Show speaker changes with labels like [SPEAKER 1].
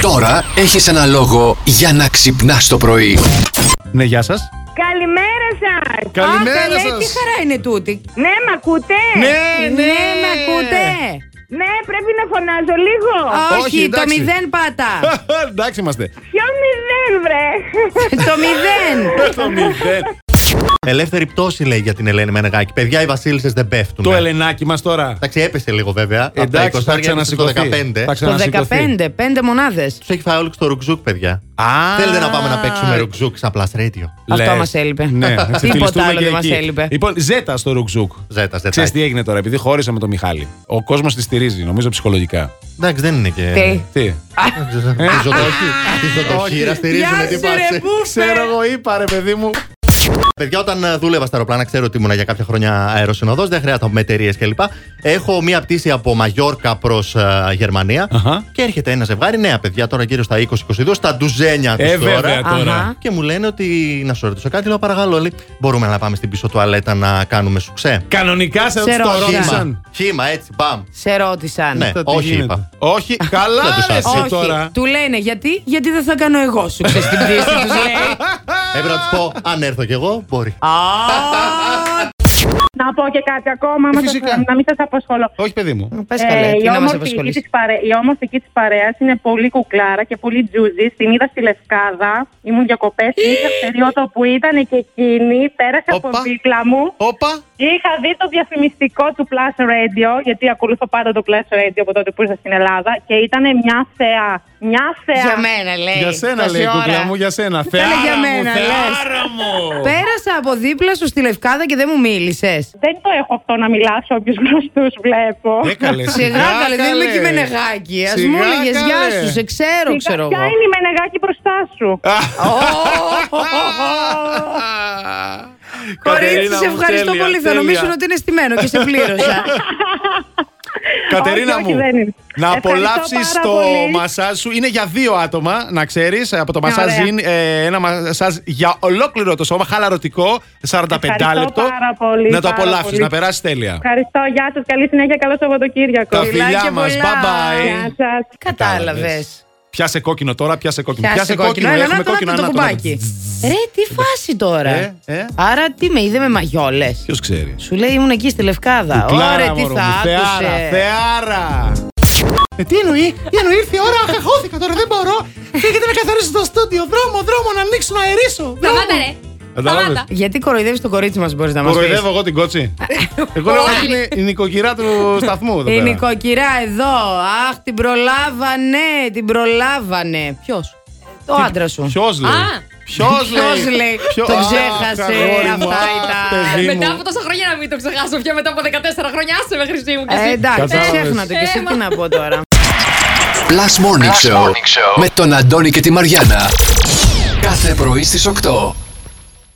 [SPEAKER 1] Τώρα έχεις ένα λόγο για να ξυπνάς το πρωί.
[SPEAKER 2] Ναι, γεια σας.
[SPEAKER 3] Καλημέρα σας!
[SPEAKER 2] Καλημέρα
[SPEAKER 4] Αχ, καλέ,
[SPEAKER 2] σας.
[SPEAKER 4] Τι χαρά είναι τούτη.
[SPEAKER 3] Ναι, μ' ακούτε!
[SPEAKER 2] Ναι, ναι.
[SPEAKER 4] μ' ακούτε.
[SPEAKER 3] Ναι, πρέπει να φωνάζω λίγο!
[SPEAKER 4] Α,
[SPEAKER 2] Όχι,
[SPEAKER 4] Όχι, το
[SPEAKER 2] εντάξει.
[SPEAKER 4] μηδέν πάτα.
[SPEAKER 2] Εντάξει είμαστε.
[SPEAKER 3] Ποιο μηδέν, βρε!
[SPEAKER 4] το μηδέν.
[SPEAKER 2] Το μηδέν.
[SPEAKER 5] Ελεύθερη πτώση λέει για την Ελένη Μενεγάκη. Παιδιά, οι βασίλισσες δεν πέφτουν.
[SPEAKER 2] Το ελενάκι μας τώρα.
[SPEAKER 5] Εντάξει, έπεσε λίγο βέβαια. από Ναι. τα
[SPEAKER 2] Εντάξει,
[SPEAKER 5] 20
[SPEAKER 2] θα
[SPEAKER 5] έπεσε στο
[SPEAKER 2] ξανασηκωθεί.
[SPEAKER 5] 15.
[SPEAKER 2] Θα
[SPEAKER 4] Το
[SPEAKER 2] ξανασηκωθεί.
[SPEAKER 4] 15, 5 μονάδες.
[SPEAKER 5] Τους έχει φάει όλο το ρουκζούκ, παιδιά.
[SPEAKER 2] Α,
[SPEAKER 5] Θέλετε να πάμε να παίξουμε ρουκζούκ σαν Plus Radio.
[SPEAKER 4] Αυτό
[SPEAKER 2] λες.
[SPEAKER 4] μας έλειπε.
[SPEAKER 2] Ναι, να
[SPEAKER 4] Τίποτα
[SPEAKER 2] ξεφτυλιστούμε
[SPEAKER 4] άλλο
[SPEAKER 2] και
[SPEAKER 4] δεν μας
[SPEAKER 2] εκεί.
[SPEAKER 4] έλειπε.
[SPEAKER 2] Λοιπόν, ζέτα στο ρουκζούκ.
[SPEAKER 5] Ζέτας, ζέτας.
[SPEAKER 2] Ξέρεις τι έγινε τώρα, επειδή χώρισα με τον Μιχάλη. Ο κόσμος τη στηρίζει, νομίζω ψυχολογικά.
[SPEAKER 5] Εντάξει, δεν είναι και.
[SPEAKER 4] Τι.
[SPEAKER 2] Τι.
[SPEAKER 5] Τη ζωοτοχή. Τη ζωοτοχή να στηρίζουν την πάρση.
[SPEAKER 2] Ξέρω εγώ, είπα ρε παιδί μου.
[SPEAKER 5] Παιδιά, όταν ε, δούλευα στα αεροπλάνα, ξέρω ότι ήμουν για κάποια χρόνια αεροσυνοδός, δεν χρειάζεται με εταιρείες κλπ. Έχω μία πτήση από Μαγιόρκα προς Γερμανία
[SPEAKER 2] Αχα.
[SPEAKER 5] και έρχεται ένα ζευγάρι, νέα παιδιά, τώρα γύρω στα 20-22, στα ντουζένια τους
[SPEAKER 2] Ε, βέβαια
[SPEAKER 5] τώρα.
[SPEAKER 2] τώρα.
[SPEAKER 4] Αχα.
[SPEAKER 5] Και μου λένε ότι να σου ρωτήσω κάτι, λέω παρακαλώ, λέει, μπορούμε να πάμε στην πίσω τουαλέτα να κάνουμε σουξέ.
[SPEAKER 2] Κανονικά σε
[SPEAKER 4] Σε
[SPEAKER 2] το
[SPEAKER 4] ρώτησα.
[SPEAKER 2] ρώτησαν.
[SPEAKER 5] Χήμα, έτσι, μπαμ.
[SPEAKER 4] Σε ρώτησαν.
[SPEAKER 5] Ναι.
[SPEAKER 2] Τα τι
[SPEAKER 5] όχι,
[SPEAKER 2] γίνεται.
[SPEAKER 5] είπα.
[SPEAKER 2] Όχι, καλά
[SPEAKER 5] Δεν τους
[SPEAKER 2] ρε,
[SPEAKER 5] άφησα.
[SPEAKER 2] εσύ
[SPEAKER 4] Όχι.
[SPEAKER 2] τώρα.
[SPEAKER 4] Του λένε γιατί, γιατί δεν θα κάνω εγώ σου ξέρεις την πίστη τους λέει.
[SPEAKER 5] Έπρεπε να τους πω, αν έρθω κι εγώ, μπορεί.
[SPEAKER 3] να πω και κάτι ακόμα,
[SPEAKER 4] Ε,
[SPEAKER 3] άμα σας-
[SPEAKER 2] Φυσικά.
[SPEAKER 3] να μην σας απασχολώ.
[SPEAKER 2] Όχι, παιδί μου.
[SPEAKER 4] Πε καλέ, τι
[SPEAKER 3] Ε, η
[SPEAKER 4] να μας
[SPEAKER 3] όμορφη εκεί
[SPEAKER 4] απασχολήσει.
[SPEAKER 3] της παρέ- η όμορφη τη παρέας είναι πολύ κουκλάρα και πολύ τζούζη. Την είδα στη Λευκάδα, ήμουν διακοπές. Είχα περίοδο που ήταν και εκείνη, πέρασε από
[SPEAKER 5] Οπα.
[SPEAKER 3] δίπλα μου.
[SPEAKER 5] Όπα,
[SPEAKER 3] Είχα δει το διαφημιστικό του Plus Radio, γιατί ακολουθώ πάντα το Plus Radio από τότε που ήρθα στην Ελλάδα και ήταν μια θεά. Μια θεά.
[SPEAKER 4] Για μένα λέει.
[SPEAKER 2] Για σένα
[SPEAKER 4] τόση
[SPEAKER 2] λέει η
[SPEAKER 4] ώρα.
[SPEAKER 2] κούκλα μου, για σένα. Θεάρα
[SPEAKER 4] για
[SPEAKER 2] μου,
[SPEAKER 4] μένα,
[SPEAKER 2] θεάρα μου.
[SPEAKER 4] Πέρασα από δίπλα σου στη Λευκάδα και δεν μου μίλησες.
[SPEAKER 3] Δεν το έχω αυτό να μιλάω σε όποιους γνωστούς βλέπω.
[SPEAKER 2] Έκαλες.
[SPEAKER 4] Σιγά καλέ, δεν είμαι και με νεγάκι. Α μου έλεγες γεια σου, σε ξέρω,
[SPEAKER 3] Σιγά,
[SPEAKER 4] ξέρω
[SPEAKER 3] Ποια
[SPEAKER 4] εγώ.
[SPEAKER 3] είναι η μενεγάκι μπροστά σου.
[SPEAKER 4] Κορίτσι, σε ευχαριστώ πολύ. Θα νομίζουν ότι είναι στημένο και σε πλήρωσα.
[SPEAKER 2] Ε, Κατερίνα
[SPEAKER 3] Όχι,
[SPEAKER 2] μου,
[SPEAKER 3] όχι, δεν είναι.
[SPEAKER 2] να
[SPEAKER 3] Ευχαριστώ
[SPEAKER 2] απολαύσεις
[SPEAKER 3] πάρα
[SPEAKER 2] το
[SPEAKER 3] πολύ. Ναι,
[SPEAKER 2] μασάζ σου. Είναι για δύο άτομα, να ξέρεις. Από το μασάζ
[SPEAKER 3] Ωραία.
[SPEAKER 2] είναι ε, ένα μασάζ για ολόκληρο το σώμα, χαλαρωτικό, 45
[SPEAKER 3] Ευχαριστώ
[SPEAKER 2] λεπτό.
[SPEAKER 3] πάρα πολύ,
[SPEAKER 2] να το
[SPEAKER 3] πάρα
[SPEAKER 2] απολαύσεις,
[SPEAKER 3] πολύ.
[SPEAKER 2] να περάσεις τέλεια.
[SPEAKER 3] Ευχαριστώ. Γεια σας. Καλή συνέχεια. Καλό Σαββατοκύριακο.
[SPEAKER 2] Τα φιλιά
[SPEAKER 4] και
[SPEAKER 2] μας. Bye
[SPEAKER 4] πολλά.
[SPEAKER 2] bye.
[SPEAKER 3] Γεια σας.
[SPEAKER 4] Κατάλαβες.
[SPEAKER 2] Πιάσε κόκκινο τώρα, πιάσε κόκκινο.
[SPEAKER 4] Πιάσε κόκκινο. Έλα,
[SPEAKER 2] Έχουμε
[SPEAKER 4] να το,
[SPEAKER 2] κόκκινο
[SPEAKER 4] να το
[SPEAKER 2] ανά
[SPEAKER 4] κουμπάκι. Ρε, τι φάση τώρα.
[SPEAKER 2] Ε, ε.
[SPEAKER 4] Άρα τι με είδε με μαγιόλες.
[SPEAKER 2] Ποιος ξέρει.
[SPEAKER 4] Σου λέει ήμουν εκεί στη Λευκάδα. Ωραία,
[SPEAKER 2] Κλάρα,
[SPEAKER 4] τι
[SPEAKER 2] μωρό
[SPEAKER 4] θα
[SPEAKER 2] μου, Θεάρα,
[SPEAKER 4] άκουσες.
[SPEAKER 2] θεάρα. Ε, τι εννοεί, τι εννοεί, ήρθε η ώρα, χαχώθηκα τώρα, δεν μπορώ. Φύγετε να καθαρίσω το στούντιο, δρόμο, δρόμο, να ανοίξω, να αερίσω.
[SPEAKER 6] Σταμάτα, ρε.
[SPEAKER 2] Κατάλαβες.
[SPEAKER 6] Σταμάτα.
[SPEAKER 4] Γιατί κοροϊδεύεις το κορίτσι μας, μπορείς να μας πει.
[SPEAKER 2] Κοροϊδεύω εγώ την κότσι. Εγώ λέω ότι είναι η νοικοκυρά του σταθμού εδώ
[SPEAKER 4] Η
[SPEAKER 2] πέρα.
[SPEAKER 4] νοικοκυρά εδώ. Αχ, την προλάβανε, την προλάβανε. Ποιος. Το άντρα σου.
[SPEAKER 2] Ποιος λέει.
[SPEAKER 6] Α.
[SPEAKER 2] Ποιος
[SPEAKER 4] Ποιος λέει. Το
[SPEAKER 2] Α,
[SPEAKER 4] ξέχασε,
[SPEAKER 2] αγόρι μου, α,
[SPEAKER 4] αυτά ήταν.
[SPEAKER 2] παιδί
[SPEAKER 6] Μετά
[SPEAKER 2] μου.
[SPEAKER 6] από τόσα χρόνια να μην το ξεχάσω πια, μετά από 14 χρόνια, άσε με χρυσή μου και
[SPEAKER 4] Ε,
[SPEAKER 6] εσύ.
[SPEAKER 4] εντάξει,
[SPEAKER 2] Κατάλαβες.
[SPEAKER 4] ξέχνα το και εσύ τι να πω τώρα.
[SPEAKER 1] Plus Morning, Show, με τον Αντώνη και τη Μαριάνα. Κάθε πρωί στις 8.